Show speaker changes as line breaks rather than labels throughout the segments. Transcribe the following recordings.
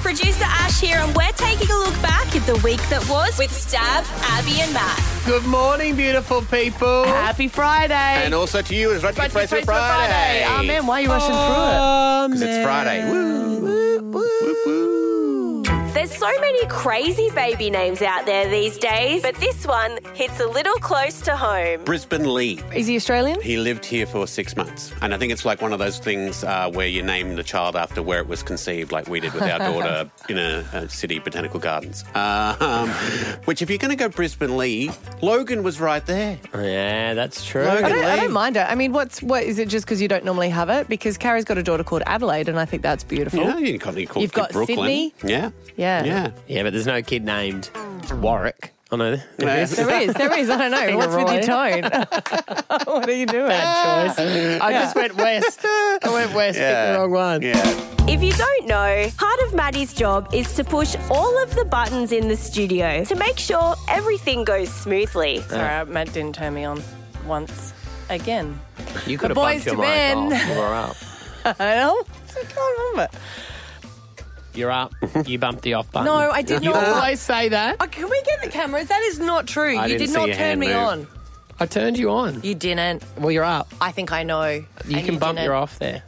Producer Ash here, and we're taking a look back at the week that was with Stav, Abby, and Matt.
Good morning, beautiful people.
Happy Friday.
And also to you, it's Rugby
Rugby
Praise for
Praise for
Friday.
Oh, man, why are you rushing
Um,
Because it's Friday. Woo. Woo, woo.
There's so many crazy baby names out there these days, but this one hits a little close to home.
Brisbane Lee.
through it? Is he Australian?
He lived here for six months. And I think it's like one of those things uh, where you name the child after where it was conceived, like we did with our daughter in a, a city botanical gardens. Uh, um, which, if you're going to go Brisbane Lee, Logan was right there.
Yeah, that's true.
I
Logan
don't,
Lee.
I don't mind it. I mean, what's what is it? Just because you don't normally have it? Because Carrie's got a daughter called Adelaide, and I think that's beautiful.
Yeah, you got, you called
Oh. You've got
Brooklyn.
Sydney.
Yeah.
Yeah.
Yeah.
Yeah, but there's no kid named Warwick. Oh, no.
Yeah.
There is, there is. I don't know. What's with your tone? what are you doing?
Bad choice. I just went west. I went west. Picked the wrong one.
Yeah.
If you don't know, part of Maddie's job is to push all of the buttons in the studio to make sure everything goes smoothly.
Sorry, Matt didn't turn me on once again.
You could have
boys
bumped your
to
mic
men.
off. You were up.
I don't. I can't remember.
You're up. You bumped the off button.
No, I did
You
not.
always say that.
Oh, can we get the cameras? That is not true.
I didn't
you did
see
not
your
turn
hand
me
move.
on.
I turned you on.
You didn't.
Well, you're up.
I think I know. You
You can bump your off there.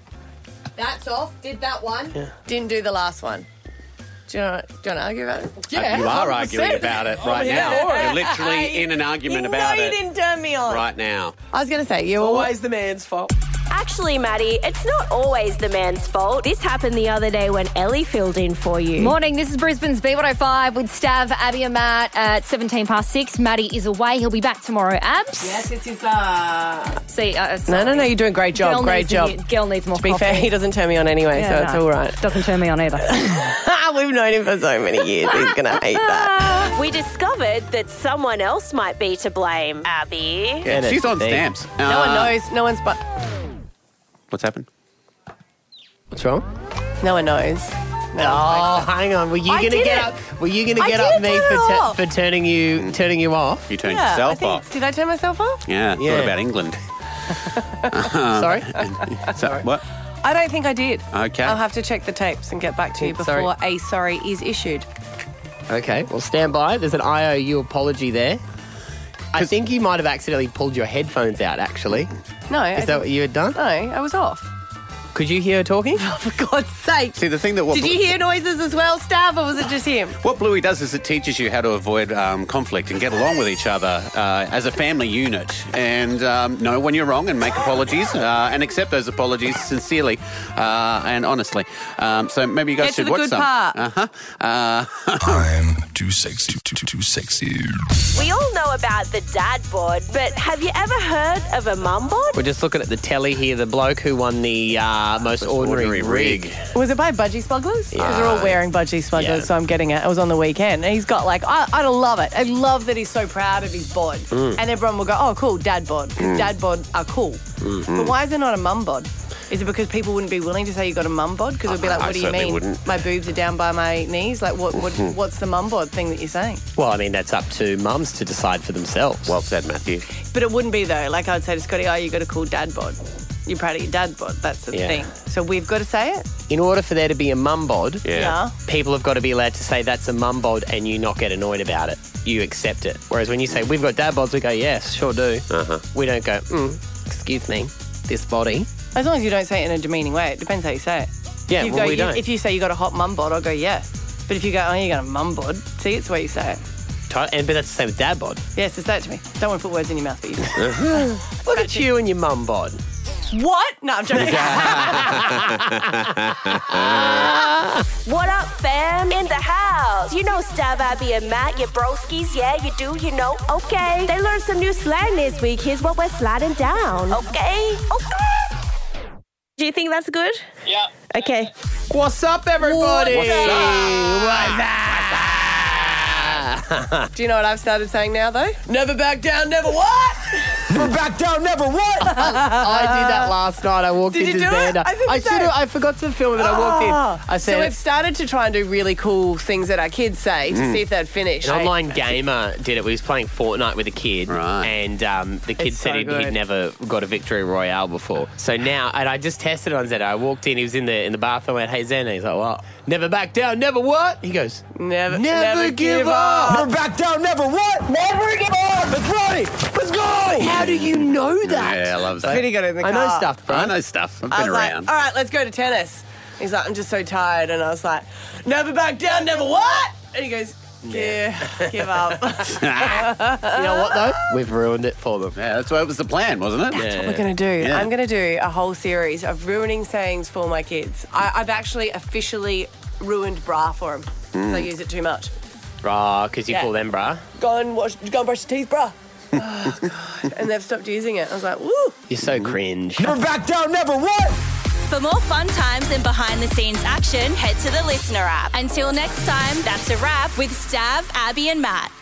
That's off. Did that one. Didn't do the last one. Do you, want, do you want to argue about it?
you are arguing about it right
Oh, yeah.
now. You're literally in an argument
you
about
know
it
you didn't turn me on.
right now.
I was going to say, you always.
the man's fault.
Actually, Maddie, it's not always the man's fault. This happened the other day when Ellie filled in for you.
Morning, this is Brisbane's B105 with Stav, Abby, and Matt at 17 past 6. Matty is away. He'll be back tomorrow. Abs?
Yes, it's his. Uh...
See, uh,
No, no, no, you're doing a great job.
Girl
great
needs a
job.
new- girl needs more
to be
coffee.
fair, he doesn't turn me on anyway, so
Yeah,
it's
no.
all right. Ah,
Doesn't turn me on either.
We've known him for so many years. He's going to hate that.
We discovered that someone else might be to blame. Abby.
Yeah,
And
she's
it's
on
big.
stamps. Uh,
No one knows. No one's. But
What's happened?
What's wrong?
no one knows.
Oh, hang on. Were you
I
going to get
didn't.
up? Were you going to
I
get up
didn't
me
turn it
for,
off.
for turning you turning you off?
You turned
Yeah, I
yourself
think-
off.
Did I turn myself off?
Yeah,
Yeah.
thought about England.
Sorry.
So, what?
I don't think I did.
Okay.
I'll have to check the tapes and get back to you
Oh,
before
sorry.
a sorry is issued.
Okay. Well, stand by. There's an IOU apology there. I think you might have accidentally pulled your headphones out. Actually,
No, I
is that what you had done?
No, I was off.
Could you hear her talking?
For God's sake.
See, the thing that what,
Did you hear noises as well, Stav, or was it just him?
what Bluey does is it teaches you how to avoid um, conflict and get along with each other uh, as a family unit and um, know when you're wrong and make apologies uh, and accept those apologies sincerely uh, and honestly. Um, so maybe you guys
Get to
should
the
watch
good
some.
part.
Uh-huh. Uh,
I'm too sexy, too, too, too sexy.
We all know about the dad board, but have you ever heard of a mum board?
We're just looking at the telly here. The bloke who won the uh, most ordinary,
ordinary
rig.
rig.
Was it by Budgie Smugglers? Because they're all wearing Budgie Smugglers,
yeah.
so I'm getting it. It was on the weekend. And he's got like, I, I love it. I love that he's so proud of his bod.
Mm.
And everyone will go, oh, cool, dad bod. 'cause dad bod are cool.
Mm-hmm.
But why is there not a mum bod? Is it because people wouldn't be willing to say you got a mum bod? Because it'd be like,
I
what do you
certainly
mean?
wouldn't. Mm-hmm.
My boobs are down by my knees. Like, what? what what's the mum bod thing that you're saying?
Well, I mean, that's up to mums to decide for themselves.
well said, Matthew.
But it wouldn't be though. Like I'd say to Scotty, oh, you got a cool dad bod. You're proud of your dad bod. That's the
Yeah.
thing. So we've got to say it.
in order for there to be a mum bod,
Yeah.
people have got to be allowed to say that's a mum bod and you not get annoyed about it. You accept it. Whereas when you say we've got dad bods, we go, yes, sure do. Uh-huh. We don't go, mm, excuse me, this body.
As long as you don't say it in a demeaning way, it depends how you say it.
Yeah,
If you
well,
go,
we
you-
don't.
If you say you got a hot mum bod, I'll go yes. But if you go, oh, you got a mum bod, see, it's the way you say it.
Ti- And, but that's the same with dad bod.
Yes, it's that to me. Don't want to put words in your mouth, but you do.
Look at you and your mum bod.
what? No, I'm joking.
What up, fam? In the house. You know Stav, Abby, and Matt, your broskies. Yeah, you do, you know. Okay. They learned some new slang this week. Here's what we're sliding down. Okay. Okay. Do you think that's good?
Yeah.
Okay.
What's up, everybody?
What's
What's up? Ah.
do you know what I've started saying now, though? Never back down, never what?
never back down, never what? I did that last night. I walked
Did you
into
do it?
Xander.
I think you
should have.
did.
I forgot to film it. I walked
Ah.
in. I
So
said.
we've started to try and do really cool things that our kids say
Hmm.
to see if they'd finish.
an online gamer did it. We was playing Fortnite with a kid,
Right.
and um, the kid
It's
said
so
he'd,
good.
he'd never got a victory royale before. So now, and I just tested it on Zeno. I walked in, he was in the in the bathroom. I went, "Hey Zeno," he's like, "What? Never back down, never what?" He goes,
Never,
Never give up.
Never back down, never what? Never give up! Let's run it! Let's go!
"How do you know that?"
Yeah, I love that.
Vinny got it in the
I
car.
know stuff, bro.
I know stuff. I've
I
been
was
around.
like, oh. all right, let's go to tennis. He's like, I'm just so tired. And I was like, never back down, never what? And he goes, yeah, give up.
You know what though? We've ruined it for them.
yeah, that's what was the plan, wasn't it?
Yeah.
We're going to do.
Yeah.
I'm going to do a whole series of ruining sayings for my kids. I, I've actually officially ruined bra for them because I use it too much.
Bruh, because you
Yeah.
call them bruh.
Go and wash, go and brush your teeth, bra. Oh, God. And they've stopped using it. I was like, woo.
You're so cringe.
Never back down, never what?
For more fun times and behind the scenes action, head to the listener app. Until next time, that's a wrap with Stav, Abby, and Matt.